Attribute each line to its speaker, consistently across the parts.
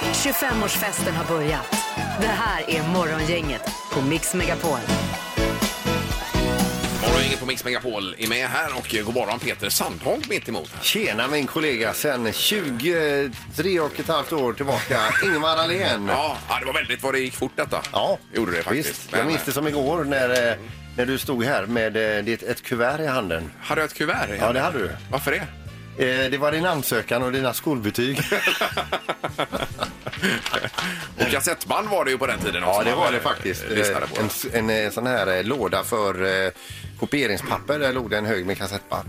Speaker 1: 25-årsfesten har börjat. Det här är Morgongänget på Mix Megapol.
Speaker 2: Morgongänget på Mix Megapol är med här och eh, god morgon Peter Sandholm mitt emot här.
Speaker 3: Tjena min kollega sen 23 och ett halvt år tillbaka, Ingvar Ahlén.
Speaker 2: Ja, ja, det var väldigt vad det gick fort detta. gjorde det faktiskt.
Speaker 3: Visst, jag minns det
Speaker 2: eh,
Speaker 3: som igår när, eh, när du stod här med eh, ditt, ett kuvert i handen.
Speaker 2: eh, Hade jag ett kuvert?
Speaker 3: Ja, det hade du.
Speaker 2: Varför det?
Speaker 3: Eh, Det var din ansökan och dina skolbetyg.
Speaker 2: Och kassettband var det ju på den tiden också.
Speaker 3: Ja, det
Speaker 2: man,
Speaker 3: var det
Speaker 2: eh,
Speaker 3: faktiskt.
Speaker 2: Lyssnade på.
Speaker 3: Eh, En, s- en eh, sån här eh, låda för eh, kopieringspapper. Där låg det en hög med kassettband.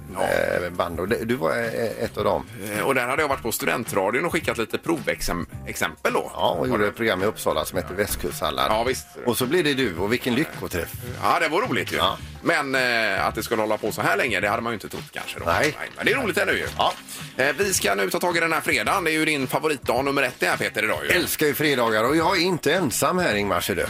Speaker 3: eh, band. Och det- du var eh, ett av dem.
Speaker 2: Eh, Och där hade jag varit på studentradion och skickat lite provexempel då.
Speaker 3: Ja, och gjorde ett program i Uppsala som hette Västkustsallad.
Speaker 2: Ja, visst.
Speaker 3: Och så blev det du och vilken lyckoträff.
Speaker 2: Ja, det var roligt ju.
Speaker 3: Ja.
Speaker 2: Men eh, att det skulle hålla på så här länge, det hade man ju inte trott kanske. Då.
Speaker 3: Nej.
Speaker 2: Men det är roligt ännu ju.
Speaker 3: Ja.
Speaker 2: Eh, vi ska nu ta tag i den här fredagen. Det är ju din favoritdag nummer ett det här Peter idag ju.
Speaker 3: Älskar ju fredagar och jag är inte ensam här Ingmar ser du.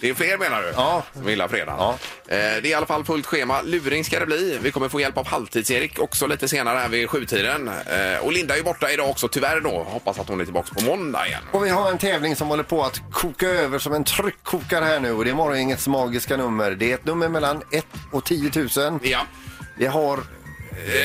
Speaker 2: Det är fler menar du?
Speaker 3: Ja.
Speaker 2: Som gillar fredagen.
Speaker 3: Ja.
Speaker 2: Eh, det är i alla fall fullt schema. Luring ska det bli. Vi kommer få hjälp av Halvtids-Erik också lite senare här vid sjutiden. Eh, och Linda är ju borta idag också tyvärr då. Hoppas att hon är tillbaka på måndag igen.
Speaker 3: Och vi har en tävling som håller på att koka över som en tryckkokare här nu och det är morgongängets magiska nummer. Det är ett nummer mellan 1 och 10 000.
Speaker 2: Ja. Eh,
Speaker 3: Vi har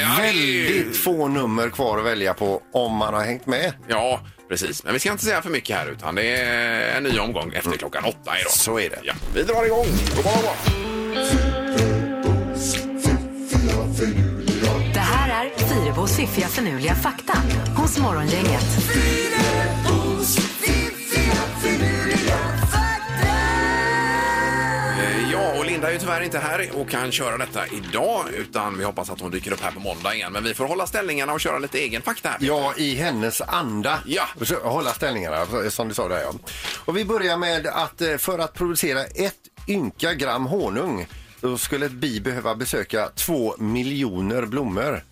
Speaker 2: Ja,
Speaker 3: väldigt få nummer kvar att välja på om man har hängt med.
Speaker 2: Ja, precis. Men vi ska inte säga för mycket här utan det är en ny omgång efter klockan åtta idag.
Speaker 3: Mm. Så är det.
Speaker 2: Ja, vi drar igång. God morgon, god morgon.
Speaker 1: Det här är Fyrebos fiffiga förnuliga fakta hos Morgongänget.
Speaker 2: Eh, Ja, och Linda är ju tyvärr inte här och kan köra detta idag utan vi hoppas att hon dyker upp här på måndag igen. Men vi får hålla ställningarna och köra lite egen fakta här.
Speaker 3: Ja, i hennes anda.
Speaker 2: Ja.
Speaker 3: Och så Hålla ställningarna, som du sa där. Ja. Och vi börjar med att eh, för att producera ett ynka gram honung då skulle ett bi behöva besöka två miljoner blommor.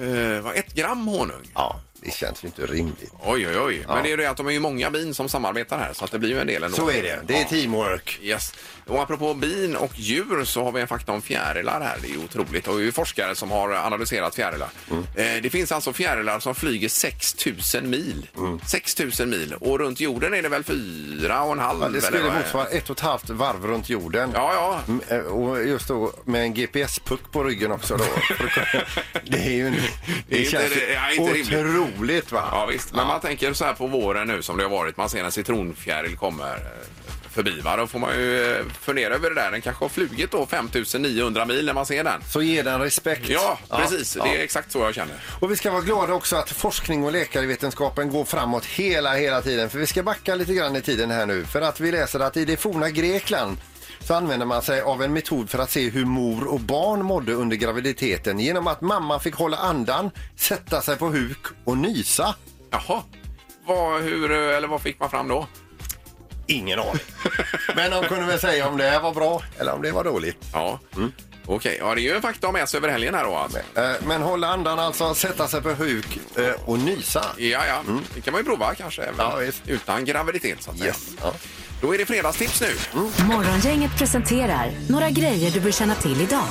Speaker 2: Eh, vad, ett gram honung?
Speaker 3: Ja, det känns ju inte rimligt.
Speaker 2: Oj, oj, oj. Men det är ju det att de är ju många bin som samarbetar här så att det blir ju en del ändå.
Speaker 3: Så är det. Det är
Speaker 2: Ja.
Speaker 3: teamwork.
Speaker 2: Yes. Och apropå bin och djur så har vi en fakta om fjärilar här. Det är ju otroligt. Och det är ju forskare som har analyserat fjärilar.
Speaker 3: Mm.
Speaker 2: Eh, det finns alltså fjärilar som flyger 6000 mil.
Speaker 3: Mm.
Speaker 2: 6000 mil. Och runt jorden är det väl fyra och en halv?
Speaker 3: Ja, det
Speaker 2: eller
Speaker 3: skulle
Speaker 2: vad är
Speaker 3: motsvara ett och ett halvt varv runt jorden.
Speaker 2: Ja, ja.
Speaker 3: Mm, eh, Och just då med en GPS-puck på ryggen också. Då. det är ju en,
Speaker 2: Det är inte-
Speaker 3: känns ju
Speaker 2: det är inte rimligt.
Speaker 3: otroligt. Va?
Speaker 2: Ja, visst. Men man tänker så här på våren nu som det har varit. Man ser en citronfjäril kommer eh, förbi. Va? Då får man ju eh, fundera över det där. Den kanske har flugit då 5900 mil när man ser den.
Speaker 3: Så ge den respekt.
Speaker 2: Ja, precis.
Speaker 3: ja.
Speaker 2: Det är exakt så jag känner.
Speaker 3: Och vi ska vara glada också att forskning och läkarvetenskapen går framåt hela, hela tiden. För vi ska backa lite grann i tiden här nu. För att vi läser att i det forna Grekland så använder man sig av en metod för att se hur mor och barn mådde under graviditeten genom att mamma fick hålla andan, sätta sig på huk och nysa.
Speaker 2: Jaha. Vad, hur, eh, eller vad fick man fram då?
Speaker 3: Ingen aning. Men de kunde väl säga om det här var bra eller om det var dåligt.
Speaker 2: Ja.
Speaker 3: Mm.
Speaker 2: Okej, ja, det är ju en fakta att ha med sig över helgen här då alltså.
Speaker 3: Eh, Men hålla andan alltså, sätta sig på huk eh, och nysa.
Speaker 2: Ja, ja. Det kan man ju prova kanske. även
Speaker 3: Mm. Ja, visst.
Speaker 2: Utan graviditet så att säga.
Speaker 3: Yes. Mm. Ja.
Speaker 2: Då är det fredagstips nu.
Speaker 1: Morgongänget presenterar några grejer du bör känna till idag.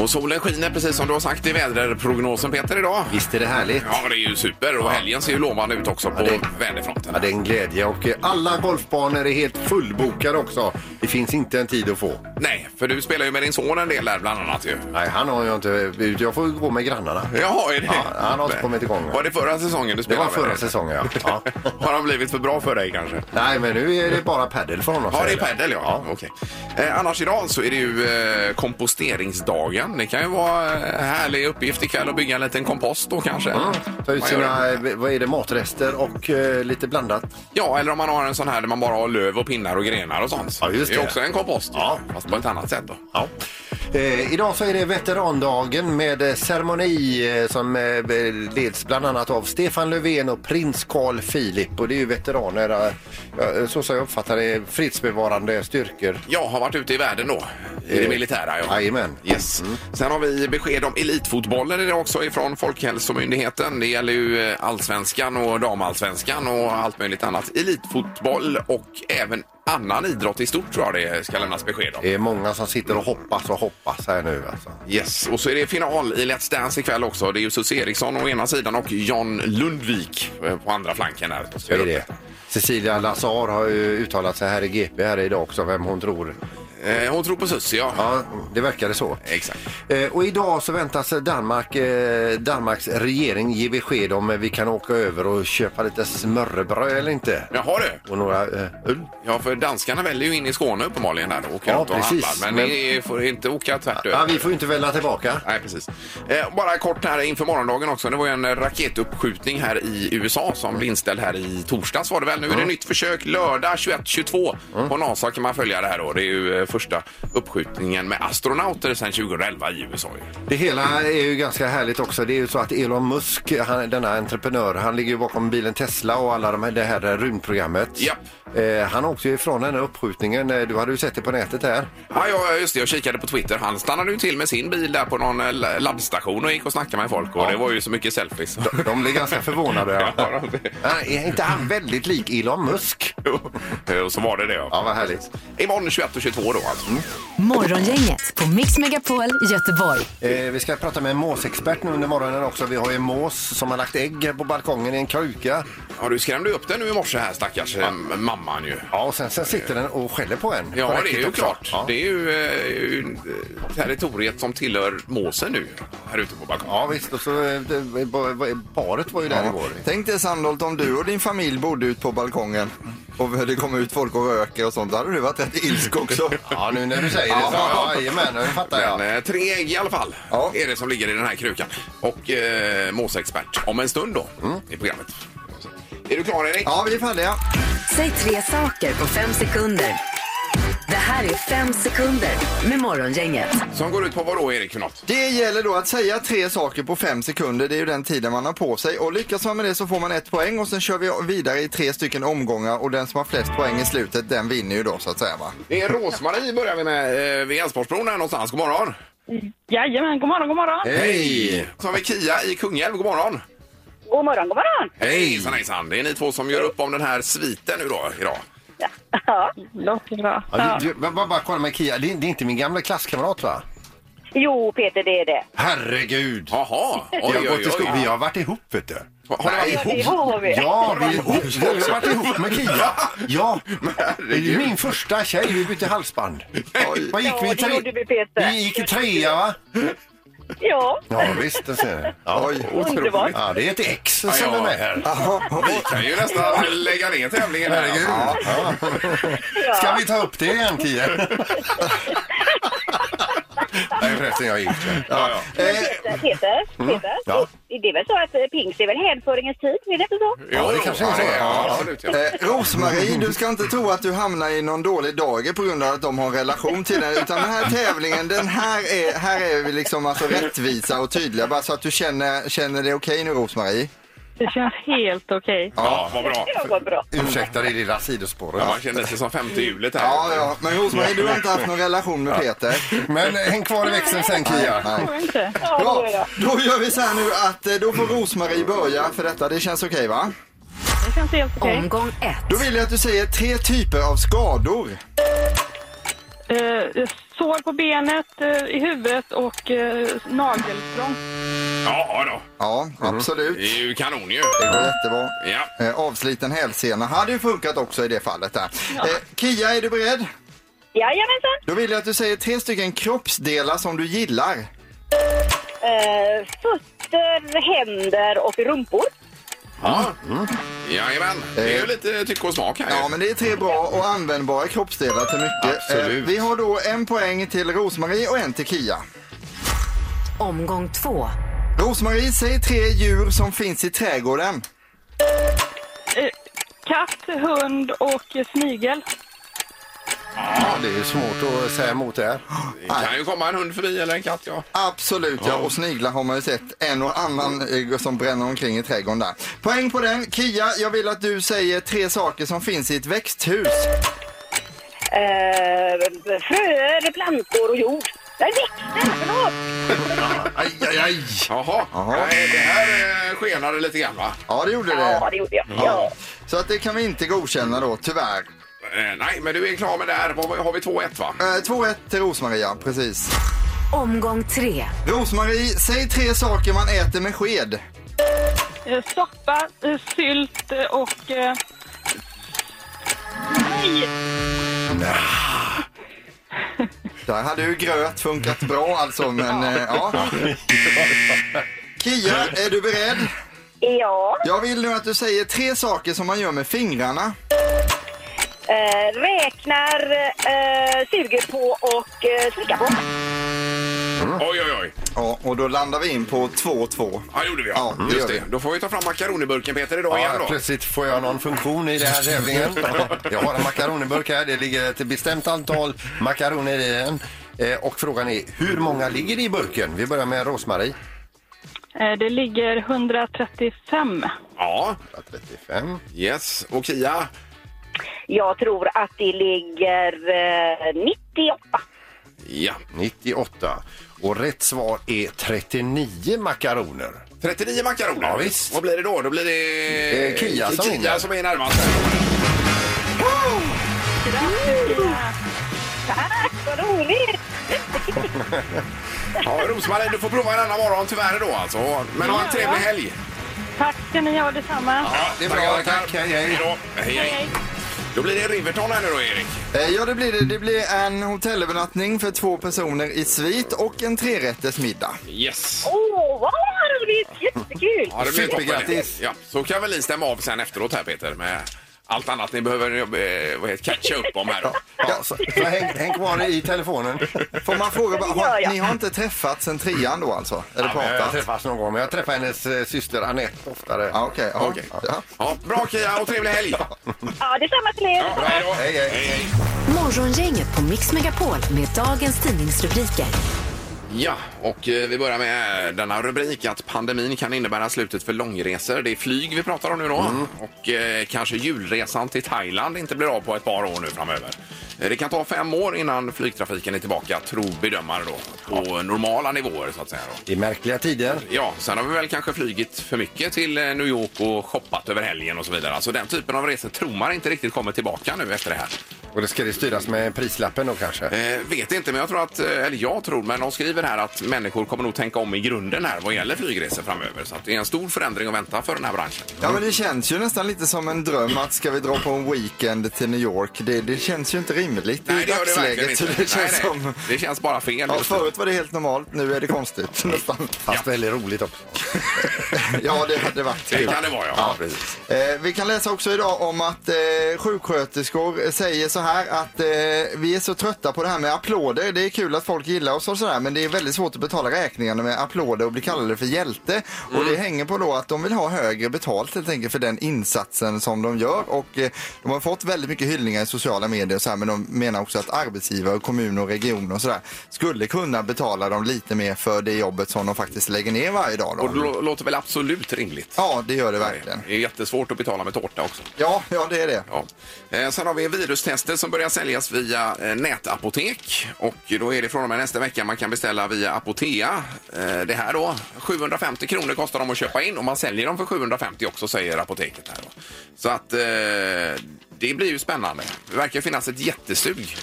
Speaker 2: Och solen skiner precis som du har sagt i väderprognosen Peter idag.
Speaker 3: Visst är det härligt?
Speaker 2: Ja, det är ju super och helgen ser ju lovande ut också på
Speaker 3: Ja, det-
Speaker 2: väderfronten.
Speaker 3: Ja, det är en glädje och eh, alla golfbanor är helt fullbokade också. Det finns inte en tid att få.
Speaker 2: Nej, för du spelar ju med din son en del där bland annat ju.
Speaker 3: Nej, han har jag inte. Jag får gå med grannarna.
Speaker 2: Jaha, är det?
Speaker 3: Ja, han har inte kommit igång.
Speaker 2: Var det förra säsongen du
Speaker 3: Det
Speaker 2: spelade?
Speaker 3: var förra
Speaker 2: med?
Speaker 3: säsongen, ja. ja.
Speaker 2: Har han blivit för bra för dig kanske?
Speaker 3: Nej, men nu är det bara padel för honom.
Speaker 2: Ja, det är
Speaker 3: säger jag.
Speaker 2: padel, ja. Okej. Eh, annars idag så är det ju eh, komposteringsdagen. Det kan ju vara en härlig uppgift ikväll att bygga en liten kompost då kanske.
Speaker 3: Mm, Ta
Speaker 2: Man
Speaker 3: ut
Speaker 2: gör
Speaker 3: sina,
Speaker 2: det.
Speaker 3: eh, vad är det, matrester och eh, lite blandat.
Speaker 2: Ja, eller om man har en sån här där man bara har löv och pinnar och grenar och sånt.
Speaker 3: Ja, just
Speaker 2: Det är
Speaker 3: det.
Speaker 2: också en kompost,
Speaker 3: Ja.
Speaker 2: fast på ett annat sätt då.
Speaker 3: Ja. Eh, idag så är det veterandagen med eh, ceremoni eh, som eh, leds bland annat av Stefan Löfven och prins Carl Philip. Och det är ju veteraner, eh, ja, så som jag uppfattar det, fredsbevarande styrkor.
Speaker 2: Jag har varit ute i världen då, i det
Speaker 3: Eh,
Speaker 2: militära. Ja.
Speaker 3: jajamän.
Speaker 2: Yes. Sen har vi besked om elitfotbollen idag också ifrån Folkhälsomyndigheten. Det gäller ju eh, allsvenskan och damallsvenskan och allt möjligt annat. Elitfotboll och även annan idrott i stort tror jag det ska lämnas besked om.
Speaker 3: Det är många som sitter och hoppas och hoppas här nu alltså.
Speaker 2: Yes, och så är det final i Let's Dance ikväll också. Det är ju Sus Eriksson å ena sidan och John Lundvik eh, på andra flanken här.
Speaker 3: är det. Cecilia Lazar har ju uttalat sig här i GP här idag också, vem hon tror.
Speaker 2: Eh, hon tror på Sussie, ja.
Speaker 3: Ja, det verkade så.
Speaker 2: Exakt.
Speaker 3: Eh, Och idag så väntas Danmark, eh, Danmarks regering ge besked om eh, vi kan åka över och köpa lite smörrebröd eller inte.
Speaker 2: Jaha du.
Speaker 3: Och några eh, öl.
Speaker 2: Ja, för danskarna väljer ju in i Skåne uppenbarligen där och åker
Speaker 3: Ja,
Speaker 2: runt och
Speaker 3: precis.
Speaker 2: handlar. Men,
Speaker 3: Men-
Speaker 2: ni får inte åka tvärt
Speaker 3: Ja,
Speaker 2: över.
Speaker 3: vi får ju inte välja tillbaka.
Speaker 2: Nej, precis. Eh, bara kort här inför morgondagen också. Det var ju en raketuppskjutning här i USA som blev inställd här i torsdags var det väl. Nu är det nytt försök lördag 21.22. På NASA kan man följa det här då. Det är ju eh, första uppskjutningen med astronauter sedan 2011 i USA. ju.
Speaker 3: Det hela är ju ganska härligt också. Det är ju så att Elon Musk, han, denna entreprenör, han ligger ju bakom bilen Tesla och alla de här, det här rymdprogrammet.
Speaker 2: Japp.
Speaker 3: Eh, han åkte ju ifrån den här uppskjutningen. Eh, Du hade ju sett det på nätet här.
Speaker 2: Ja, ja, just det. Jag kikade på Twitter. Han stannade ju till med sin bil där på någon eh, la- laddstation och gick och snackade med folk. Och det var ju så mycket selfies.
Speaker 3: De blev ganska förvånade.
Speaker 2: Ja, de-
Speaker 3: Nej, är inte han väldigt lik Elon Musk?
Speaker 2: Eh, och så var det det,
Speaker 3: Ja, vad härligt.
Speaker 2: Imorgon 21.22 då alltså.
Speaker 1: Morgongänget på Mix Megapol Göteborg.
Speaker 3: Eh, vi ska prata med en måsexpert nu under morgonen också. Vi har ju en mås som har lagt ägg på balkongen i en kruka.
Speaker 2: Ja, du skrämde ju upp den nu i morse här stackars eh, mamman ju.
Speaker 3: Ja, och sen, sen sitter den och skäller på en. På
Speaker 2: Ja, det
Speaker 3: räcket
Speaker 2: är ju
Speaker 3: också.
Speaker 2: klart.
Speaker 3: Ja.
Speaker 2: Det är ju eh, territoriet som tillhör måsen nu här ute på balkongen.
Speaker 3: ja, visst. Och så, eh, det- ba- ba- paret var ju där igår.
Speaker 4: Tänk dig Sandholt om du och din familj bodde ut på balkongen och det kom ut folk och röker och sånt. Då hade du varit rätt ilsk också.
Speaker 3: Ja, nu när du säger det så. Ja, jajamän, nu fattar jag.
Speaker 2: Men eh, tre ägg i alla fall
Speaker 4: Ja.
Speaker 2: är det som ligger i den här krukan. Och eh, måsexpert om en stund då i programmet. Är du klar Erik?
Speaker 4: Ja, vi är färdiga.
Speaker 1: Säg tre saker på fem sekunder. Det här är fem sekunder med Morgongänget.
Speaker 2: Som går ut på vad då Erik för något?
Speaker 4: Det gäller då att säga tre saker på fem sekunder. Det är ju den tiden man har på sig. Och lyckas man med det så får man ett poäng och sen kör vi vidare i tre stycken omgångar och den som har flest poäng i slutet den vinner ju då så att säga va.
Speaker 2: Det är Rosmarie börjar vi med eh, vid Älvsborgsbron här någonstans. God morgon!
Speaker 5: Jajamän, god morgon, god morgon.
Speaker 2: Hej! Så har vi Kia i Kungälv. God morgon!
Speaker 5: God morgon, god morgon.
Speaker 2: Hej! Hejsan hejsan! Det är ni två som gör upp om den här sviten nu då idag.
Speaker 5: Ja, ja låter bra.
Speaker 3: Ja, du, du, bara, bara kolla med Kia, det är, det är inte min gamla klasskamrat va?
Speaker 5: Jo, Peter, det är det.
Speaker 3: Herregud!
Speaker 2: Jaha! Oj,
Speaker 3: Vi har,
Speaker 2: oj,
Speaker 3: gått i
Speaker 2: oj,
Speaker 3: sko- vi har varit ihop vet du.
Speaker 2: Har ni
Speaker 5: Ja,
Speaker 2: varit
Speaker 5: det
Speaker 2: ihop?
Speaker 5: har vi.
Speaker 3: Ja, vi har varit ihop med Kia. Ja, det är ju
Speaker 2: Herregud.
Speaker 3: min första tjej. Vi bytte halsband.
Speaker 4: Oj.
Speaker 3: Vad gick
Speaker 5: Ja,
Speaker 3: vi i
Speaker 5: det
Speaker 3: tre?
Speaker 5: gjorde vi, Peter.
Speaker 3: Vi gick i trea va?
Speaker 5: Ja,
Speaker 3: Ja visst, det ser jag. Ja.
Speaker 4: Oj.
Speaker 5: underbart.
Speaker 3: ja, det är ett ex som
Speaker 2: Ja, ja.
Speaker 3: är med här.
Speaker 2: Vi kan ju nästan lägga ner tävlingen här.
Speaker 3: Herregud.
Speaker 2: alltså.
Speaker 5: Ja.
Speaker 3: Ska vi ta upp det igen Kia? Nej förresten, jag är gift.
Speaker 2: Ja, ja.
Speaker 4: Eh,
Speaker 5: Peter, Peter, Peter.
Speaker 3: Mm, Ja.
Speaker 5: Det är väl så att eh, pingst är väl hänföringens tid, är det inte så?
Speaker 2: Jo,
Speaker 3: det kanske är
Speaker 2: ja,
Speaker 3: så.
Speaker 2: det är- ja, absolut, ja.
Speaker 4: Eh, Rosmarie, du ska inte tro att du hamnar i någon dålig dager på grund av att de har en relation till den. Utan den här tävlingen, den här är, här är vi liksom alltså rättvisa och tydliga. Bara så att du känner, känner det okej nu Rosmarie.
Speaker 5: Det känns helt okej.
Speaker 2: ja, vad bra.
Speaker 5: Det var bra.
Speaker 3: Ursäkta det lilla sidospåret.
Speaker 2: Ja, man känner sig som femte hjulet här.
Speaker 4: Ja, ja. Men Rosmarie, du har inte haft någon relation med Peter.
Speaker 3: Men eh, häng kvar i växeln sen Kia.
Speaker 4: Nej.
Speaker 5: Tror jag inte. Ja, det var
Speaker 4: Bra,
Speaker 5: bra.
Speaker 4: då gör vi så här nu att eh, då får Rosmarie börja för detta. Det känns okej va?
Speaker 5: Det känns helt okej.
Speaker 1: Omgång ett.
Speaker 4: Då vill jag att du säger tre typer av skador.
Speaker 5: Eh, Sår på benet, eh, i huvudet och eh, nagelsprång.
Speaker 2: Ja, då.
Speaker 4: Ja, absolut.
Speaker 2: Det är ju kanon ju.
Speaker 4: Det går jättebra.
Speaker 2: Ja.
Speaker 4: Eh, avsliten hälsena hade ju funkat också i det fallet där. Eh, Kia, är du beredd?
Speaker 5: Jajamensan.
Speaker 4: Då vill jag att du säger tre stycken kroppsdelar som du gillar.
Speaker 5: Eh, Fötter, händer och rumpor.
Speaker 2: Ja.
Speaker 3: Mm.
Speaker 2: Jajamän. Det
Speaker 3: Eh.
Speaker 2: är ju lite tycke och smak här.
Speaker 4: Ja, men det är tre bra och användbara kroppsdelar till mycket. Eh,
Speaker 3: Absolut.
Speaker 4: vi har då en poäng till Rosmarie och en till Kia.
Speaker 1: Omgång två.
Speaker 4: Rosmarie, säg tre djur som finns i trädgården.
Speaker 5: Eh, Katt, hund och eh, snigel.
Speaker 3: Ja, det är svårt att säga emot det här.
Speaker 2: Det kan ju komma en hund förbi eller en katt. Ja.
Speaker 4: Absolut, ja. Och sniglar har man ju sett en och annan eh, som bränner omkring i trädgården där. Poäng på den. Kia, jag vill att du säger tre saker som finns i ett växthus.
Speaker 5: Eh, fröer, plantor och jord. Nej, växter! Förlåt!
Speaker 3: Aj, aj, aj.
Speaker 2: Jaha.
Speaker 4: Jaha.
Speaker 2: Nej, det här eh, skenade lite grann, va?
Speaker 4: Ja, det gjorde det.
Speaker 5: Ja, det gjorde jag. Ja.
Speaker 4: Så att det kan vi inte godkänna då, tyvärr.
Speaker 2: Eh, Nej, men du är klar med det här. Vad- Har vi 2-1, va?
Speaker 4: Eh, 2-1 till Rosmaria, precis.
Speaker 1: Omgång tre.
Speaker 4: Rosmarie, säg tre saker man äter med sked.
Speaker 5: Eh, soppa, eh, sylt eh, och eh, Nej!
Speaker 4: Där hade ju gröt funkat bra alltså, men eh, ja. Kia, är du beredd?
Speaker 6: Ja,
Speaker 4: Jag vill nu att du säger tre saker som man gör med fingrarna.
Speaker 6: eh, räknar, eh, suger på och eh, slickar på.
Speaker 3: Mm.
Speaker 2: Oj, oj, oj.
Speaker 4: Ja, och då landar vi in på 2-2.
Speaker 2: Ja, det gjorde vi.
Speaker 4: Ja,
Speaker 2: Ja,
Speaker 4: det
Speaker 2: just
Speaker 4: gör vi.
Speaker 2: det. Då får vi ta fram makaroniburken, Peter, idag igen
Speaker 3: Ja,
Speaker 2: då.
Speaker 3: plötsligt får jag någon funktion i den här tävlingen. Jag har en makaroniburk här. Det ligger ett bestämt antal makaroner i den. Eh, Och frågan är hur många ligger det i burken? Vi börjar med Rosmarie.
Speaker 5: Eh, Det ligger 135.
Speaker 2: Ja,
Speaker 3: 35.
Speaker 2: yes. Och Kia?
Speaker 6: Jag tror att det ligger eh, 98.
Speaker 2: Ja.
Speaker 3: 98. Och rätt svar är 39 makaroner.
Speaker 2: 39 makaroner.
Speaker 3: Ja, visst.
Speaker 2: Vad blir det då? Då blir det...
Speaker 3: Eh, Kia som vinner.
Speaker 2: Kia som är närmast. här.
Speaker 6: Tack, vad roligt!
Speaker 2: Ja, Rosmarie, du får prova en annan morgon tyvärr då alltså. Men ha en trevlig helg.
Speaker 5: Tack ska ni ha detsamma.
Speaker 2: Ja,
Speaker 3: det är bra. Tack, hej, hej.
Speaker 2: Hej då. Hej, hej. Då blir det Riverton här nu då, Erik.
Speaker 4: Eh, Ja, det blir det. Det blir en hotellövernattning för två personer i svit och en trerättersmiddag.
Speaker 2: Yes.
Speaker 6: Åh, oh, vad roligt! Jättekul!
Speaker 2: Ja, det blir toppen.
Speaker 3: Supergrattis.
Speaker 2: Ja, så kan väl ni stämma av sen efteråt här Peter med allt annat ni behöver eh, vad heter, catcha upp om här.
Speaker 3: Ja, så, så häng, häng kvar i telefonen.
Speaker 4: Får man fråga, bara,
Speaker 6: gör
Speaker 4: har,
Speaker 6: jag.
Speaker 4: ni har inte träffats sen trean då alltså? Eller
Speaker 3: Jag
Speaker 4: pratat?
Speaker 3: träffas någon gång, men jag träffar hennes eh, syster Anette oftare.
Speaker 4: Ja, okej. ja,
Speaker 2: Okej.
Speaker 4: ja.
Speaker 2: Ja, bra Kia och trevlig helg!
Speaker 6: Ja, detsamma till er!
Speaker 2: Ja, hej då.
Speaker 3: Hej, hej.
Speaker 1: Morgongänget på Mix Megapol med dagens tidningsrubriker.
Speaker 2: Ja, och eh, vi börjar med denna rubrik att pandemin kan innebära slutet för långresor. Det är flyg vi pratar om nu då och eh, kanske julresan till Thailand inte blir av på ett par år nu framöver. Eh, Det kan ta fem år innan flygtrafiken är tillbaka, tror bedömare då, på normala nivåer så att säga. Då.
Speaker 3: I märkliga tider.
Speaker 2: Ja, sen har vi väl kanske flugit för mycket till eh, New York och shoppat över helgen och så vidare. Alltså den typen av resor tror man inte riktigt kommer tillbaka nu efter det här.
Speaker 3: Och det ska det styras med prislappen då kanske?
Speaker 2: Eh, vet inte, men jag tror att, eh, eller jag tror, men de skriver här att människor kommer nog tänka om i grunden här vad gäller flygresor framöver. Så att det är en stor förändring att vänta för den här branschen.
Speaker 4: Ja men det känns ju nästan lite som en dröm att ska vi dra på en weekend till New York. Det, det känns ju inte rimligt i
Speaker 2: gör
Speaker 4: dagsläget. så
Speaker 2: verkligen
Speaker 4: Det känns
Speaker 2: nej, nej.
Speaker 4: som...
Speaker 2: det känns bara fel.
Speaker 4: Ja,
Speaker 2: just nu.
Speaker 4: förut var det helt normalt, nu är det konstigt nästan.
Speaker 3: Fast väldigt roligt också.
Speaker 4: Ja, det hade varit
Speaker 2: det
Speaker 4: kul.
Speaker 2: kan det vara, ja. ja. precis.
Speaker 4: Eh, vi kan läsa också idag om att eh, sjuksköterskor säger så här att eh, vi är så trötta på det här med applåder. Det är kul att folk gillar oss och sådär men det är väldigt svårt att betala räkningarna med applåder och bli kallade för hjälte. Och det hänger på då att de vill ha högre betalt helt enkelt för den insatsen som de gör. Och eh, de har fått väldigt mycket hyllningar i sociala medier och så här, men de menar också att arbetsgivare, kommuner och regioner och sådär skulle kunna betala dem lite mer för det jobbet som de faktiskt lägger ner varje dag. Då.
Speaker 2: Och det lå- låter väl absolut rimligt.
Speaker 4: Ja, det gör det verkligen.
Speaker 2: Det är jättesvårt att betala med tårta också.
Speaker 4: Ja, ja det är det.
Speaker 2: Ja. Eh, Sen har vi virustester som börjar säljas via eh, nätapotek. Och då är det från och med nästa vecka man kan beställa via Apotea. Eh, Det här då, 750 kronor kostar de att köpa in och man säljer dem för 750 också säger apoteket. här då. Så att eh, det blir ju spännande. Det verkar finnas ett jättesug.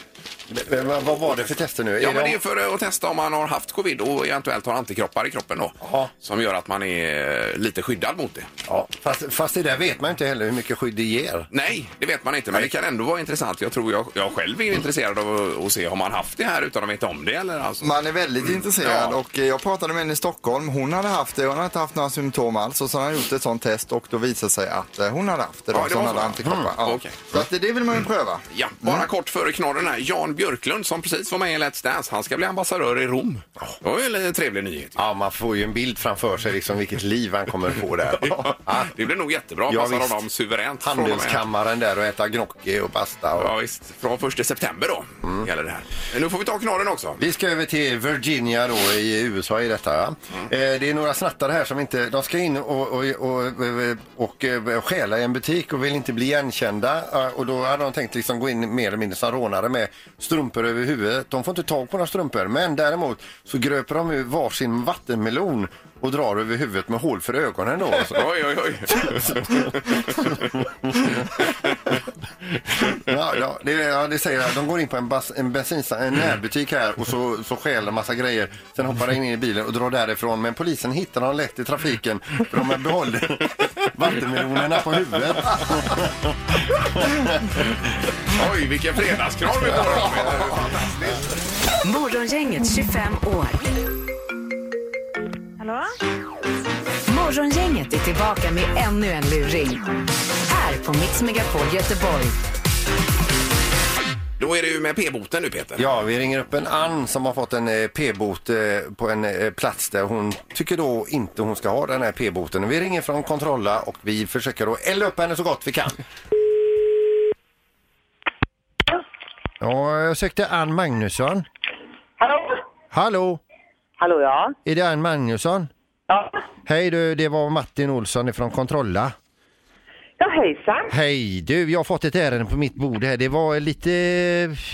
Speaker 3: Men, Eh, vad- vad var det för tester nu?
Speaker 2: Ja, men
Speaker 3: Är de-
Speaker 2: det är ju för att testa om man har haft covid och eventuellt har antikroppar i kroppen då.
Speaker 3: Jaha.
Speaker 2: Som gör att man är eh, lite skyddad mot det.
Speaker 3: Ja, fast, fast det där vet man inte heller hur mycket skydd det ger.
Speaker 2: Nej, det vet man inte, men det kan ändå vara intressant. Jag tror jag, jag själv är ju intresserad av att, att se, har man haft det här utan att veta om det? Eller alltså?
Speaker 4: Man är väldigt intresserad
Speaker 2: Ja.
Speaker 4: och eh, jag pratade med en i Stockholm. Hon hade haft det, hon hade inte haft några symptom alls och så har hon gjort ett sånt test och då visade sig att eh, hon hade haft det. Då,
Speaker 2: Ja, det
Speaker 4: så hon
Speaker 2: var så.
Speaker 4: hade antikroppar.
Speaker 2: Mm,
Speaker 4: Ja.
Speaker 2: okej. Mm.
Speaker 4: Så att det, det vill man ju pröva.
Speaker 2: Ja, bara
Speaker 3: Mm.
Speaker 2: kort före knorren här. Jan Björklund som precis var med i Let's Dance, han ska bli ambassadör i Rom. Det var ju en trevlig nyhet. ju.
Speaker 3: Ja, man får ju en bild framför sig liksom vilket liv han kommer få där. Ja,
Speaker 2: Det blir nog jättebra.
Speaker 3: Ja,
Speaker 2: Passar
Speaker 3: visst.
Speaker 2: honom suveränt. från och med.
Speaker 3: Handelskammaren där och äta gnocchi och pasta. Och...
Speaker 2: Ja, visst. Från 1 september då
Speaker 3: Mm.
Speaker 2: gäller det här. Men nu får vi ta knorren också.
Speaker 3: Vi ska över till Virginia då i USA i detta. va? Eh, det är några snattare här som inte, de ska in och, och, och, och, och eh, stjäla i en butik och vill inte bli igenkända. Eh, Och då hade de tänkt liksom gå in mer eller mindre som rånare med strumpor över huvudet. De får inte tag på några strumpor men däremot så gröper de ur varsin vattenmelon och drar över huvudet med hål för ögonen då. Så-
Speaker 2: Oj, oj, oj.
Speaker 3: Ja, ja, Ja, det, ja, det säger jag. De går in på en, bas, en bensinsta- en närbutik här och så, så stjäl en massa grejer. Sen hoppar de in i bilen och drar därifrån. Men polisen hittar dem lätt i trafiken för de behåller vattenmelonerna på huvudet.
Speaker 2: Oj, vilken fredagskram vi får! Fantastiskt.
Speaker 1: Morgongänget 25 år.
Speaker 5: Hallå?
Speaker 1: Morgongänget är tillbaka med ännu en luring. Här på Mix Megapol Göteborg.
Speaker 2: Då är det ju med p-boten nu Peter.
Speaker 3: Ja, vi ringer upp en Ann som har fått en eh, p-bot eh, på en eh, plats där hon tycker då inte hon ska ha den här p-boten. Vi ringer från Kontrolla och vi försöker då elda upp henne så gott vi kan. Ja, jag sökte Ann Magnusson.
Speaker 6: Hallå?
Speaker 3: Hallå,
Speaker 6: Hallå, ja.
Speaker 3: är det Ann Magnusson?
Speaker 6: Ja,
Speaker 3: Hej du, det var Martin Olsson från Kontrolla.
Speaker 6: ja hejsan.
Speaker 3: Hej du, jag har fått ett ärende på mitt bord här. Det var lite,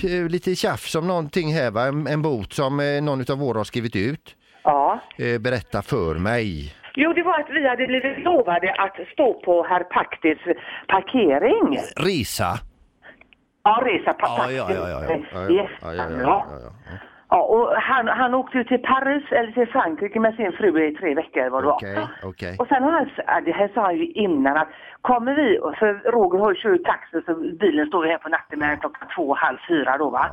Speaker 3: eh, lite tjafs om någonting här va? En, en bot som eh, någon av våra har skrivit ut.
Speaker 6: Ja.
Speaker 3: Eh, Berätta för mig.
Speaker 6: Jo, det var att vi hade blivit lovade att stå på herr Paktis parkering.
Speaker 3: Risa.
Speaker 6: Ja, resa på
Speaker 3: Ja, ja, ja, ja, ja. Ja, ja,
Speaker 6: Yes.
Speaker 3: ja,
Speaker 6: Ja,
Speaker 3: ja, ja, ja.
Speaker 6: och han, han åkte ju till Paris eller till Frankrike med sin fru i tre veckor eller vad det var.
Speaker 3: Okej, okej.
Speaker 6: Och sen har han, s- äh, det här sa han ju innan att kommer vi, för Roger har ju kör ju taxi så bilen står ju här på natten mellan klockan två och halv fyra då va.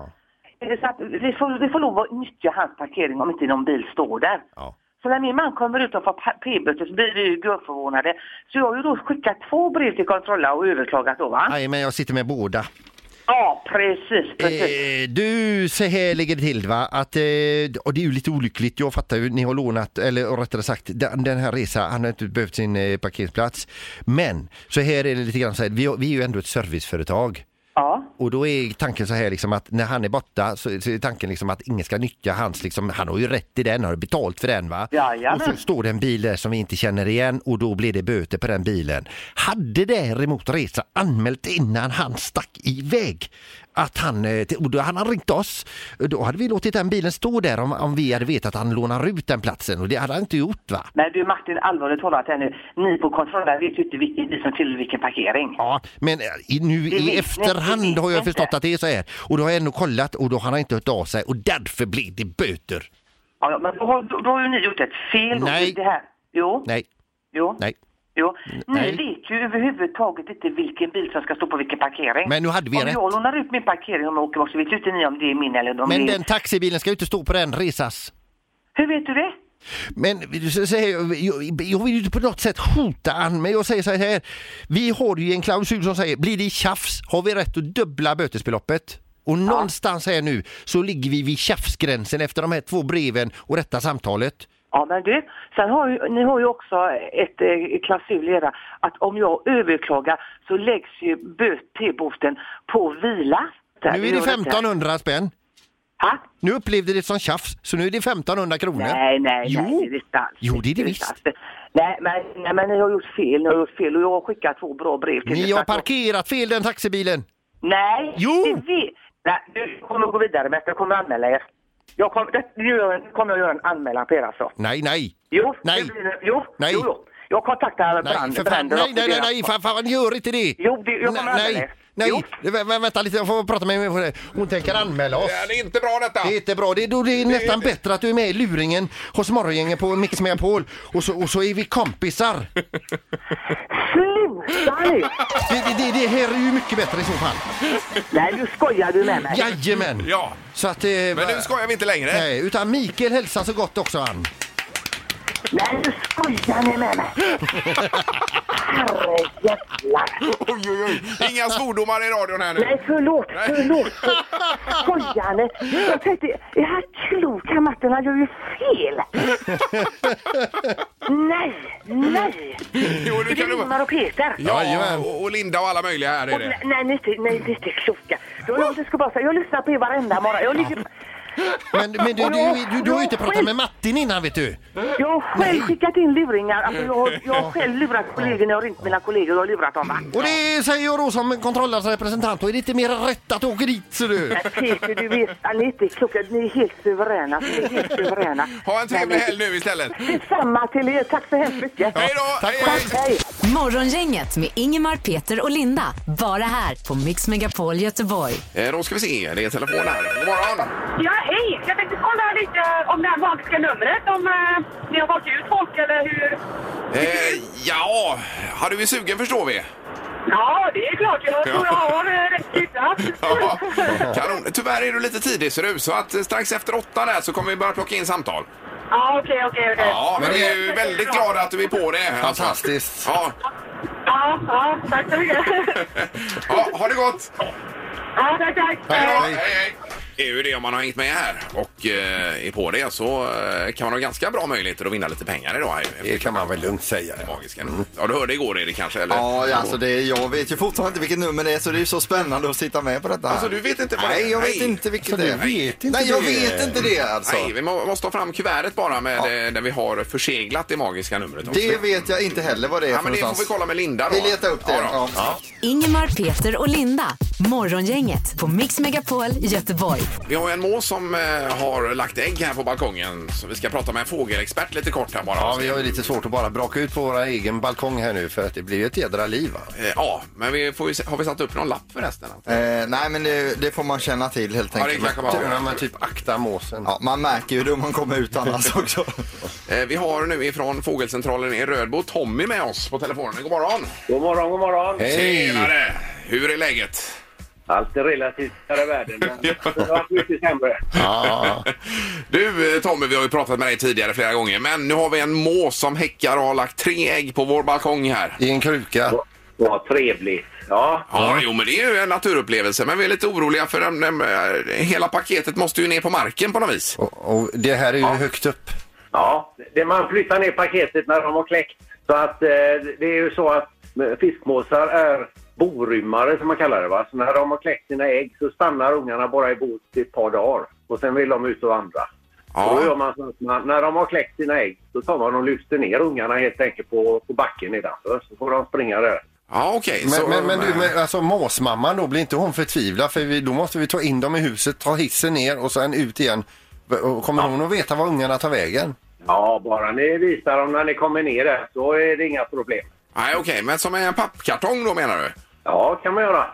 Speaker 6: Är det Så att vi får, vi får lov att nyttja hans parkering om inte någon bil står där.
Speaker 3: Ja.
Speaker 6: Så när min man kommer ut och får pa- p-böter så blir vi ju gudförvånade. Så jag har ju då skickat två brev till Kontrolla och överklagat då va.
Speaker 3: Aj, men jag sitter med båda.
Speaker 6: Ja, precis, precis.
Speaker 3: Eh, du, så här ligger det till va. Att, eh, och det är ju lite olyckligt. Jag fattar ju, ni har lånat, eller rättare sagt, den, den här resan, han har inte behövt sin eh, parkeringsplats. Men, så här är det lite grann så här, vi, har- vi är ju ändå ett serviceföretag.
Speaker 6: Ja.
Speaker 3: Och då är tanken så här liksom att när han är borta så, så är tanken liksom att ingen ska nyttja hans, liksom, han har ju rätt i den, har betalt för den va?
Speaker 6: Jajamän.
Speaker 3: Och så står det en bil där som vi inte känner igen och då blir det böter på den bilen. Hade däremot Reza anmält innan han stack iväg att han, eh, till- och då hade han ringt oss, då hade vi låtit den bilen stå där om, om vi hade vetat att han lånar ut den platsen och det hade han inte gjort va?
Speaker 6: Men du Martin, allvarligt talat här nu. Ni på kontrollen vet ju inte vilken, ni som till vilken parkering.
Speaker 3: Ja, men eh, i, nu
Speaker 6: Det
Speaker 3: i
Speaker 6: vet- det
Speaker 3: efterhand
Speaker 6: vet
Speaker 3: har jag
Speaker 6: jag
Speaker 3: förstått
Speaker 6: inte.
Speaker 3: att det är så här. Och då har jag ändå kollat och då har han inte hört av sig och därför blir det böter.
Speaker 6: Ja, ja, men då har, då, då har ju ni gjort ett fel. då.
Speaker 3: Nej.
Speaker 6: Det här. Jo,
Speaker 3: Nej,
Speaker 6: jo,
Speaker 3: nej.
Speaker 6: jo.
Speaker 3: Nej.
Speaker 6: Ni vet ju överhuvudtaget inte vilken bil som ska stå på vilken parkering.
Speaker 3: Men nu hade vi
Speaker 6: om
Speaker 3: rätt.
Speaker 6: jag lånar ut min parkering och åker bort så vet ju inte ni om det är min eller om
Speaker 3: Men
Speaker 6: det är...
Speaker 3: den taxibilen ska ju inte stå på den resas.
Speaker 6: Hur vet du det?
Speaker 3: Men så säger jag, jag, jag vill ju inte på något sätt hota Ann, men jag säger så här. Vi har ju en klausul som säger, blir det tjafs har vi rätt att dubbla bötesbeloppet. Och någonstans här nu så ligger vi vid tjafsgränsen efter de här två breven och detta samtalet.
Speaker 6: Ja, men du, sen har ju, ni har ju också ett eh, klausul i era att om jag överklagar så läggs ju böter-boten på vila. Där,
Speaker 3: Nu är det
Speaker 6: gör inte.
Speaker 3: 1500 spänn.
Speaker 6: Ha?
Speaker 3: Nu upplevde det som tjafs, så nu är det 1500 kronor.
Speaker 6: Nej, nej,
Speaker 3: jo.
Speaker 6: nej, det är det inte alls.
Speaker 3: Jo, det är det
Speaker 6: inte
Speaker 3: visst.
Speaker 6: alls. Nej men, nej, men ni har gjort fel, ni har gjort fel och jag har skickat två bra brev till
Speaker 3: Ni
Speaker 6: er.
Speaker 3: har parkerat fel den taxibilen.
Speaker 6: Nej!
Speaker 3: Jo.
Speaker 6: Det vet... Nej, du kommer gå vidare med det, jag kommer anmäla er. Jag kommer, det, nu gör jag en- kommer jag göra en anmälan på er alltså.
Speaker 3: Nej, nej.
Speaker 6: Jo,
Speaker 3: Nej.
Speaker 6: Det blir, det. jo,
Speaker 3: Nej.
Speaker 6: jo, jo. Jag
Speaker 3: Nej,
Speaker 6: kontaktar brand,
Speaker 3: för fan, nej, nej, nej, nej, fan, fan, gör inte det!
Speaker 6: Jo, det- jag kommer
Speaker 3: nej,
Speaker 6: anmäla
Speaker 3: nej,
Speaker 6: er.
Speaker 3: nej,
Speaker 6: Jo.
Speaker 3: Vä- vä- vänta lite, jag får prata med henne. Hon tänker anmäla oss.
Speaker 2: Ja, Det är inte bra detta.
Speaker 3: Det är inte bra. Det är, då det är nästan bättre att du är med i luringen hos morgongängen på Mix Megapol och så, och så är vi kompisar. Det,
Speaker 6: Sluta nu!
Speaker 3: det, det, det här är ju mycket bättre i så fall.
Speaker 6: Nej, nu skojar du med mig.
Speaker 3: Jajamän!
Speaker 2: Ja.
Speaker 3: Så att... eh,
Speaker 2: Men nu skojar vi inte längre.
Speaker 3: Nej, utan Mikael hälsar så gott också han.
Speaker 6: Nej, nu skojar ni med mig. Herrejävlar.
Speaker 2: Oj, oj, oj. Inga svordomar i radion här nu.
Speaker 6: Nej, förlåt,
Speaker 2: Nej.
Speaker 6: förlåt. Skojar ni? Jag tänkte, är han klok? Han Martin, han gör ju fel. nej, nej.
Speaker 2: Jo, det
Speaker 6: Det
Speaker 2: kan
Speaker 6: är
Speaker 2: Mm. du vara.
Speaker 6: Ingmar och Peter.
Speaker 2: Ja,
Speaker 3: Jajamän.
Speaker 2: och och Linda och alla möjliga här är
Speaker 6: Och, nej,
Speaker 2: det.
Speaker 6: nej, ni är inte- nej, ni är inte kloka. Jag, jag ska bara säga, jag lyssnar på er varenda morgon. Jag ligger...
Speaker 3: Men, men du, du, du, du, har ju inte pratat med Martin innan vet du.
Speaker 6: Jag har själv skickat in luringar. Alltså jag, har- jag har själv lurat kollegorna. Jag har ringt mina kollegor och har lurat dem.
Speaker 2: Mm.
Speaker 6: va?
Speaker 3: Och det säger jag då som kontrollrepresentant. Och är det inte mer rätt att du åker dit ser du.
Speaker 6: Nej, Peter, du vet, ja, ni är inte kloka. Ni är helt suveräna. Ni är helt suveräna.
Speaker 2: Ha en trevlig
Speaker 6: Nej,
Speaker 2: helg nu istället.
Speaker 6: men Detsamma till er. Tack så hemskt mycket.
Speaker 2: Hej då!
Speaker 3: tack.
Speaker 2: Hej, hej.
Speaker 6: Tack, hej.
Speaker 1: Morgongänget med Ingemar, Peter och Linda. Bara här på Mix Megapol Göteborg.
Speaker 2: Eh, Då ska vi se, det är telefon här. God morgon! Eh,
Speaker 7: Ja, hej! Jag tänkte kolla lite om det här magiska numret, om eh, ni har valt ut folk eller hur?
Speaker 2: Eh, ja, har du är sugen förstår vi.
Speaker 7: Ja, det är klart. Jag tror jag har eh, rätt siffra.
Speaker 2: Ja, kanon. Tyvärr är du lite tidig ser det ut, så att eh, strax efter åtta där så kommer vi börja plocka in samtal.
Speaker 7: Ja, okej, okej, okej.
Speaker 2: Ja, men vi är ju väldigt glada att du är på det. alltså.
Speaker 3: Fantastiskt.
Speaker 2: Ja,
Speaker 7: Ja, ja, tack så mycket.
Speaker 2: ja ha det gott!
Speaker 7: Ja, tack, tack.
Speaker 2: Hej då!
Speaker 3: Hej.
Speaker 2: Hej, hej. Det är ju det om man har hängt med här och eh, är på det så eh, kan man ha ganska bra möjligheter att vinna lite pengar idag. Här, ju.
Speaker 3: Det kan man väl lugnt säga.
Speaker 2: Det magiska. Mm. Ja, du hörde igår Erik kanske? Eller?
Speaker 4: Ja, alltså det, jag vet ju fortfarande inte vilket nummer det är så det är ju så spännande att sitta med på detta. här.
Speaker 2: Alltså, du vet inte vad det är?
Speaker 4: Nej, jag vet
Speaker 2: Nej.
Speaker 4: inte vilket
Speaker 3: Alltså,
Speaker 4: det
Speaker 3: du
Speaker 4: är.
Speaker 3: vet inte
Speaker 4: Nej, jag
Speaker 3: det.
Speaker 4: vet inte det alltså.
Speaker 2: Nej, vi må, måste ta fram kuvertet bara med, eh, där vi har förseglat det magiska numret. Också.
Speaker 4: det vet jag inte heller vad det är
Speaker 2: ja,
Speaker 4: för
Speaker 2: men det får vi
Speaker 4: någonstans.
Speaker 2: kolla med Linda då.
Speaker 4: Vi letar upp det.
Speaker 2: Ja, då.
Speaker 4: Ja,
Speaker 1: Ingemar, Peter och Linda. Morgongänget på Mix Megapol Göteborg.
Speaker 2: Vi har ju en mås som eh, har lagt ägg här på balkongen. Så vi ska prata med en fågelexpert lite kort här bara.
Speaker 3: Ja, vi har ju lite svårt att bara braka ut på våra egen balkong här nu för att det blir ju ett jädra liv. Va?
Speaker 2: Eh, ja, men vi får ju se, har vi satt upp någon lapp förresten?
Speaker 4: Eh, nej, men det, det får man känna till helt
Speaker 2: Ja, det
Speaker 4: enkelt.
Speaker 2: kanske man
Speaker 3: Tur när
Speaker 2: har.
Speaker 3: man typ aktar måsen.
Speaker 4: Ja, man märker ju hur man kommer ut annars också.
Speaker 2: Eh, vi har nu ifrån fågelcentralen i Rödbo Tommy med oss på telefonen. God morgon!
Speaker 8: God morgon, god morgon.
Speaker 3: Hej!
Speaker 2: Tjenare! Hur är läget?
Speaker 8: Allt är relativt här i världen, men det har varit mycket sämre.
Speaker 3: Ja,
Speaker 2: Du eh, Tommy, vi har ju pratat med dig tidigare flera gånger men nu har vi en mås som häckar och har lagt tre ägg på vår balkong här.
Speaker 3: I en kruka.
Speaker 8: Vad trevligt. Ja,
Speaker 2: Ja, jo men det är ju en naturupplevelse men vi är lite oroliga för den, den, eh, hela paketet måste ju ner på marken på något vis.
Speaker 3: Och, och det här är ju högt upp.
Speaker 8: ja. Det man flyttar ner paketet när de har kläckt. Så att eh, det är ju så att eh, fiskmåsar är borymmare som man kallar det. Va? Så när de har kläckt sina ägg så stannar ungarna bara i boet i ett par dagar och sen vill de ut och vandra.
Speaker 2: Ja.
Speaker 8: Då gör man så att man, när de har kläckt sina ägg så tar man och lyfter ner ungarna helt enkelt på, på backen nedanför så får de springa där.
Speaker 2: Ja, okej. så-
Speaker 3: Men, men, men du, men, alltså måsmamman då, blir inte hon förtvivlad? För vi, då måste vi ta in dem i huset, ta hissen ner och sen ut igen. V- och Kommer hon att veta var ungarna tar vägen?
Speaker 8: Ja, bara ni visar dem när ni kommer ner där så är det inga problem.
Speaker 2: Nej, okej. Men som en pappkartong då menar du?
Speaker 8: Ja, kan man göra.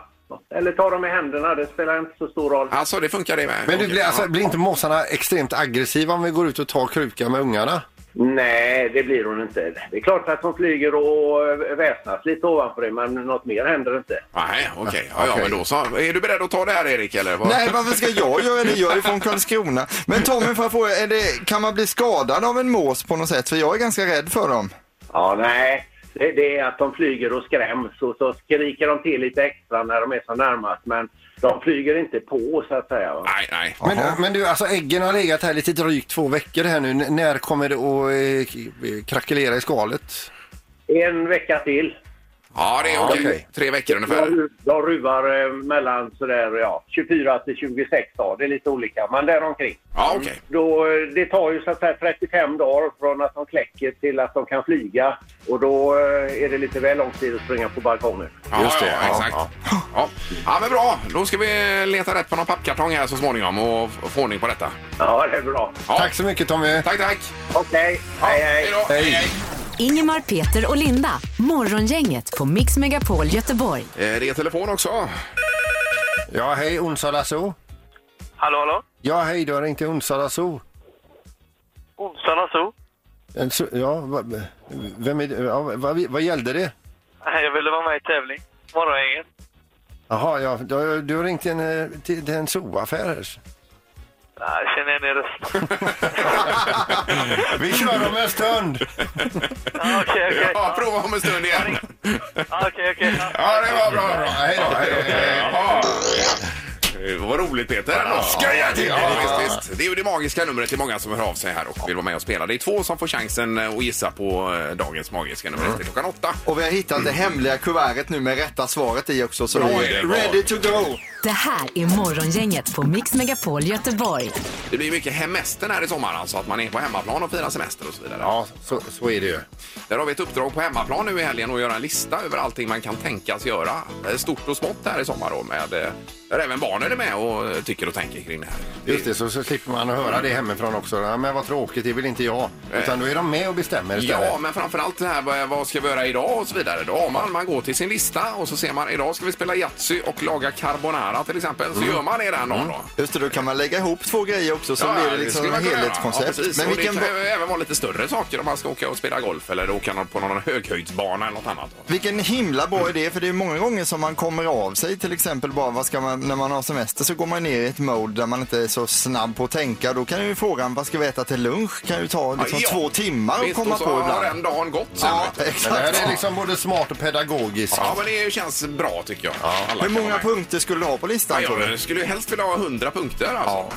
Speaker 8: Eller ta dem i händerna, det spelar inte så stor roll.
Speaker 2: Alltså det funkar det med?
Speaker 3: Men du,
Speaker 2: Okej,
Speaker 3: blir, alltså,
Speaker 2: ja.
Speaker 3: blir inte måsarna extremt aggressiva om vi går ut och tar krukan med ungarna?
Speaker 8: Nej, det blir hon inte. Det är klart att hon flyger och eh, väsnas lite ovanför det, men något mer händer inte.
Speaker 2: Nej, okej. Ja, ja,
Speaker 3: Okej.
Speaker 2: men då så. Är du beredd att ta det här Erik eller? Vad?
Speaker 4: nej, varför ska jag göra det? Jag är från Karlskrona. Men Tommy, får jag fråga, är det, kan man bli skadad av en mås på något sätt? För jag är ganska rädd för dem.
Speaker 8: Ja, nej. Det, det är att de flyger och skräms och så skriker de till lite extra när de är så närmast. Men de flyger inte på så att säga. va.
Speaker 2: Nej, nej.
Speaker 3: Men, men du, alltså äggen har legat här lite drygt två veckor här nu. N- när kommer det att eh, k- krackelera i skalet?
Speaker 8: En vecka till.
Speaker 2: Ja, det är okej.
Speaker 3: okej.
Speaker 2: Tre veckor ungefär.
Speaker 8: De, de ruvar eh, mellan sådär, ja, 24 till 26 dagar. Det är lite olika, men däromkring.
Speaker 2: Ja, okej.
Speaker 8: Då, eh, det tar ju så att säga 35 dagar från att de kläcker till att de kan flyga. Och då eh, är det lite väl lång tid att springa på balkongen.
Speaker 2: Ja,
Speaker 3: Just det,
Speaker 2: Ja,
Speaker 3: ja,
Speaker 2: exakt. Ja.
Speaker 3: ja.
Speaker 2: Ja. men bra. Då ska vi leta rätt på någon pappkartong här så småningom och f- få ordning på detta.
Speaker 8: Ja, det är bra.
Speaker 2: Ja.
Speaker 3: Tack så mycket Tommy!
Speaker 2: Tack, tack.
Speaker 8: Okej, hej hej.
Speaker 2: då.
Speaker 3: Hej.
Speaker 1: Ingemar, Peter och Linda. Morgongänget på Mix Megapol Göteborg.
Speaker 2: Eh, Det är telefon också.
Speaker 3: Ja, hej Onsala Zoo.
Speaker 9: Hallå, hallå?
Speaker 3: Ja, hej, du har ringt till Onsala Zoo.
Speaker 9: Onsala Zoo?
Speaker 3: En zoo- Ja, vad, vem är det? Ja, vad, vad gällde det?
Speaker 9: Nej, Jag ville vara med i tävling. Morgongänget.
Speaker 3: Jaha, ja, du, har- du har ringt till en, eh, till, till en zooaffär. här.
Speaker 9: Nej, jag känner igen er röst.
Speaker 3: Vi kör om en stund!
Speaker 9: Ja, Okej, okej.
Speaker 2: Ja, prova om en stund igen.
Speaker 9: Ja, Okej, okej. Ja.
Speaker 2: Ja, det var bra. bra.
Speaker 3: Hej då, hej då, hej
Speaker 2: Ja. Eh, Vad roligt Peter! Ja, Skoja till! Ja, visst, visst. Det är ju det magiska numret till många som hör av sig här och vill vara med och spela. Det är två som får chansen eh, att gissa på eh, dagens magiska nummer efter klockan åtta.
Speaker 4: Och vi har hittat det hemliga kuvertet nu med rätta svaret i också. Så
Speaker 2: Bra,
Speaker 4: vi
Speaker 2: Erik.
Speaker 4: ready to go.
Speaker 1: Det här är Morgongänget på Mix Megapol Göteborg.
Speaker 2: Det blir mycket hemestern här i sommar, alltså att man är på hemmaplan och firar semester och så vidare.
Speaker 3: Ja, så, så är det ju.
Speaker 2: Där har vi ett uppdrag på hemmaplan nu i helgen att göra en lista över allting man kan tänkas göra. Eh, Stort och smått här i sommar då med, eh, där även barnen är med och eh, tycker och tänker kring det här.
Speaker 3: Just det, så, så slipper man höra det hemifrån också. Ja, men vad tråkigt, det vill inte jag. Utan då är de med och bestämmer istället.
Speaker 2: Ja, men framförallt det här vad- eh, vad ska vi göra idag och så vidare. Då har man, man går till sin lista och så ser man idag ska vi spela Yatzy och laga carbonara till exempel.
Speaker 4: Mm.
Speaker 2: Så gör man det den dagen då.
Speaker 4: Just det, då kan man lägga ihop två grejer också så blir det liksom
Speaker 2: skulle man
Speaker 4: ett
Speaker 2: kunna göra.
Speaker 4: helhetskoncept.
Speaker 2: Ja, precis.
Speaker 4: Men
Speaker 2: Och
Speaker 4: vilken,
Speaker 2: Det kan ju
Speaker 4: ba-
Speaker 2: även vara lite större saker om man ska åka och spela golf eller åka någon- på någon höghöjdsbana eller något annat.
Speaker 4: vilken himla bra idé, för det är många gånger som man kommer av sig till exempel bara vad ska man, när man har semester så går man ner i ett mode där man inte är så snabb på att tänka. Då kan ju frågan vad ska vi äta till lunch kan ju ta liksom
Speaker 2: Ja, ja.
Speaker 4: två timmar att
Speaker 2: Visst,
Speaker 4: komma
Speaker 2: och så
Speaker 4: på
Speaker 2: har den
Speaker 4: ibland.
Speaker 2: dagen gått sen.
Speaker 4: Ja,
Speaker 2: vet du.
Speaker 3: Men det här
Speaker 4: exakt.
Speaker 3: är liksom både smart och pedagogiskt.
Speaker 2: Ja, men det känns bra tycker jag. Alla
Speaker 4: Hur
Speaker 2: kan vara
Speaker 4: många
Speaker 2: med.
Speaker 4: punkter skulle du ha på listan
Speaker 2: Ja,
Speaker 4: tror du?
Speaker 2: jag skulle ju helst vilja ha 100 punkter alltså.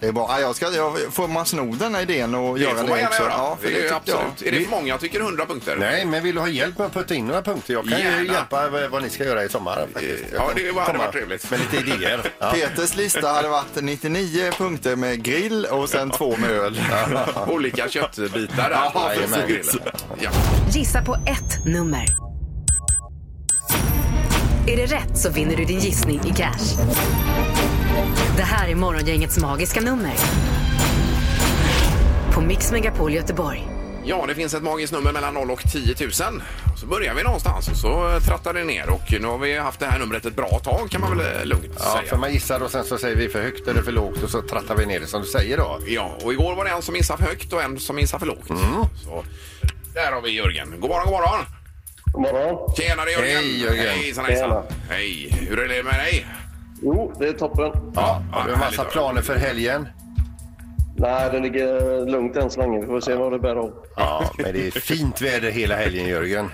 Speaker 4: Det är bra. Ja, jag ska, jag, får man sno den här idén och
Speaker 2: Det
Speaker 4: göra
Speaker 2: får
Speaker 4: det
Speaker 2: man gärna
Speaker 4: också?
Speaker 2: göra.
Speaker 4: Ja, för
Speaker 2: det är ju
Speaker 4: tyckte
Speaker 2: absolut. Är det för många tycker 100 punkter?
Speaker 3: Nej, men vill du ha hjälp med att putta in några punkter? Jag kan ju
Speaker 2: Gärna. Eh,
Speaker 3: hjälpa v- vad ni ska göra i sommar. faktiskt. Jag
Speaker 2: Ja,
Speaker 3: kan
Speaker 2: det var- hade
Speaker 3: komma
Speaker 2: varit trevligt.
Speaker 3: Med lite idéer. Ja.
Speaker 4: Jag. Peters lista hade varit 99 punkter med grill och sen två med öl.
Speaker 2: Olika köttbitar där på
Speaker 3: jajamän.
Speaker 2: grillen. Ja.
Speaker 1: Gissa på ett nummer. Är det rätt så vinner du din gissning i cash. Det här är Morgongängets magiska nummer. På Mix Megapol Göteborg.
Speaker 2: ja, det finns ett magiskt nummer mellan 0 och 10 000. Så börjar vi någonstans och så eh, trattar det ner och nu har vi haft det här numret ett bra tag kan man väl eh, lugnt
Speaker 3: Ja, för
Speaker 2: säga.
Speaker 3: man gissar och sen så säger vi för högt eller för lågt och så trattar vi ner det som du säger då.
Speaker 2: Ja, och igår var det en som gissade för högt och en som gissade för lågt.
Speaker 3: Mm.
Speaker 2: Så, där har vi Jörgen. God morgon, god morgon!
Speaker 8: God morgon.
Speaker 2: Tjenare Jörgen!
Speaker 3: Hej, Jörgen.
Speaker 2: Hejsan, hejsan.
Speaker 8: Tjena.
Speaker 2: Hej! Hur är det med dig?
Speaker 8: Jo, det är toppen.
Speaker 3: Ja, har du en
Speaker 2: härligt
Speaker 3: massa
Speaker 2: då.
Speaker 3: planer för helgen?
Speaker 8: Nej, det ligger lugnt än så länge. Vi får se vad det bär av.
Speaker 3: Ja, men det är fint väder hela helgen, Jörgen.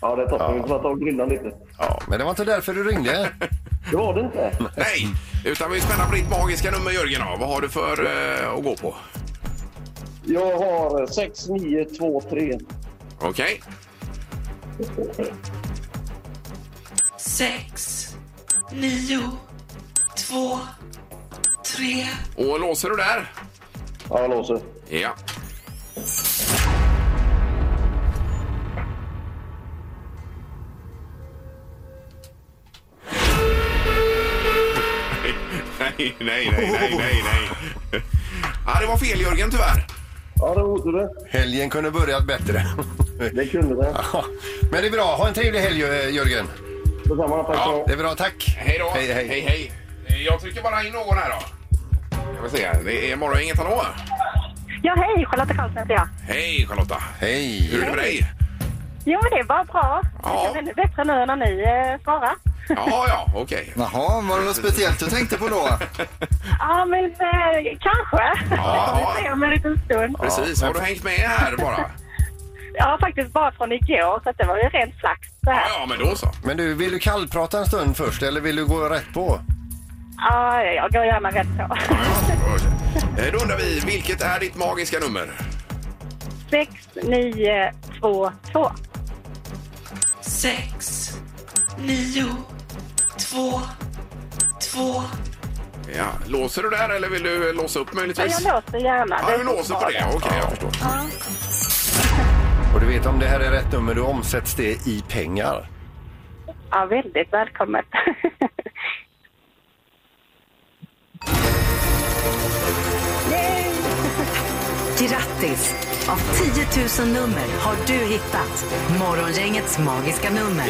Speaker 8: Ja, det är toppen. Vi får ta och grilla lite.
Speaker 3: Ja, men det var inte därför du ringde.
Speaker 8: Det var det inte.
Speaker 2: Nej, utan vi är spända på ditt magiska nummer Jörgen. då. Vad har du för eh, att gå på?
Speaker 8: Jag har 6923.
Speaker 2: Okej. Sex, nio, två, tre. Och låser du där?
Speaker 8: Ja, jag låser.
Speaker 2: Ja. Nej, nej, nej, nej, nej, nej. Ja, det var fel Jörgen tyvärr.
Speaker 8: Ja, det var otur det.
Speaker 3: Helgen kunde börjat bättre.
Speaker 8: Det kunde det.
Speaker 3: Ja, Men det är bra. Ha en trevlig helg, eh, Jörgen.
Speaker 8: Detsamma. Tack
Speaker 2: Ja,
Speaker 8: så
Speaker 3: Det är bra, tack.
Speaker 2: Hej då.
Speaker 3: Hej, hej.
Speaker 2: hej, hej. Jag trycker bara in någon här då. Ska vi se. Det är morgon, inget hallå.
Speaker 7: Ja, hej! Charlotte Karlsson heter jag.
Speaker 2: Hej Charlotta.
Speaker 3: Hej.
Speaker 2: Hur är det med dig?
Speaker 7: Jo, men det var bra.
Speaker 2: Ja.
Speaker 7: Det är ännu bättre nu när ni eh, svarar.
Speaker 2: Ja, ja, okej.
Speaker 4: Jaha, var det något speciellt du tänkte på då?
Speaker 7: Ja, men eh, kanske.
Speaker 2: Ja.
Speaker 7: Vi får se om en liten stund.
Speaker 2: Precis. Har du hängt med här bara?
Speaker 7: Ja, faktiskt bara från igår, så att det var ju rent flax det
Speaker 2: Ja,
Speaker 7: här.
Speaker 2: ja, men då så.
Speaker 3: Men du, vill du kallprata en stund först eller vill du gå rätt på?
Speaker 7: Ja, jag går gärna rätt på.
Speaker 2: Eh, Då undrar vi, vilket är ditt magiska nummer?
Speaker 7: 6, 9, 2, 2.
Speaker 2: Ja, låser du där eller vill du låsa upp
Speaker 7: Ja, jag
Speaker 2: möjligtvis?
Speaker 7: låser gärna.
Speaker 2: Ja, du låser på det. Okej, jag förstår.
Speaker 3: Och du vet om det här är rätt nummer, då omsätts det i pengar.
Speaker 7: Ja, väldigt välkommet. Yay!
Speaker 1: Grattis! Av 10 000 nummer har du hittat Morgongängets magiska nummer.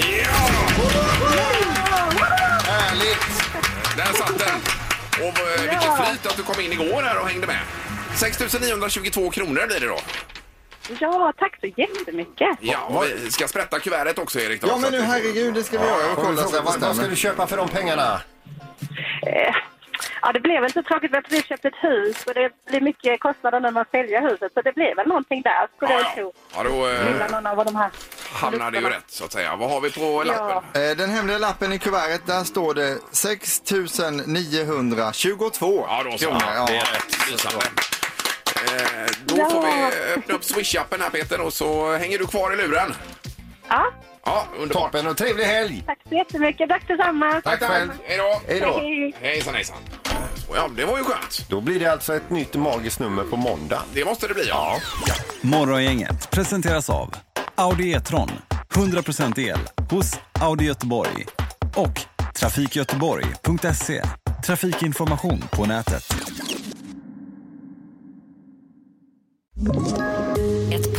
Speaker 3: Härligt!
Speaker 2: Där satt den! Och eh, vilket flyt att du kom in igår här och hängde med. 6 922 kronor blir det då.
Speaker 7: Ja, tack så jättemycket.
Speaker 2: Ja, och vi ska sprätta kuvertet också Erik. Då,
Speaker 4: Ja,
Speaker 2: så
Speaker 4: men
Speaker 2: att
Speaker 4: nu
Speaker 2: vi får-
Speaker 4: herregud, det ska vi göra och
Speaker 3: Får vi
Speaker 4: kolla så
Speaker 3: fråga, vad,
Speaker 4: det
Speaker 3: vad ska
Speaker 4: stämmer.
Speaker 3: du köpa för de pengarna?
Speaker 7: Eh, Ja, det blev väl så tråkigt. Vi har precis köpt ett hus och det blir mycket kostnader nu med att sälja huset. Så det blev väl någonting där, skulle
Speaker 2: Ja,
Speaker 7: jag
Speaker 2: ja.
Speaker 7: tro.
Speaker 2: ja då
Speaker 7: Gillar
Speaker 2: eh,
Speaker 7: någon av de här.
Speaker 2: hamnar det ju rätt så att säga. Vad har vi på lappen?
Speaker 4: Eh, Den hemliga lappen i kuvertet, där står det 6922
Speaker 2: Ja, då så.
Speaker 4: kronor. Ja.
Speaker 2: det är rätt. Lysande. Eh, Då får vi öppna upp Swish-appen här Peter och så hänger du kvar i luren.
Speaker 7: Ja,
Speaker 2: Ja, underbart.
Speaker 10: Toppen och trevlig helg!
Speaker 7: Tack så jättemycket. Tack detsamma.
Speaker 10: Tack själv!
Speaker 2: Hej då.
Speaker 10: Hej då!
Speaker 7: Hej.
Speaker 2: Hejsan, hejsan. Ja, det var ju skönt.
Speaker 10: Då blir det alltså ett nytt magiskt nummer på måndag.
Speaker 2: Det måste det bli, ja.
Speaker 6: Morgongänget presenteras av Audi E-tron. 100% el hos Audi Göteborg. Och trafikgöteborg.se. Trafikinformation på nätet.
Speaker 11: Ett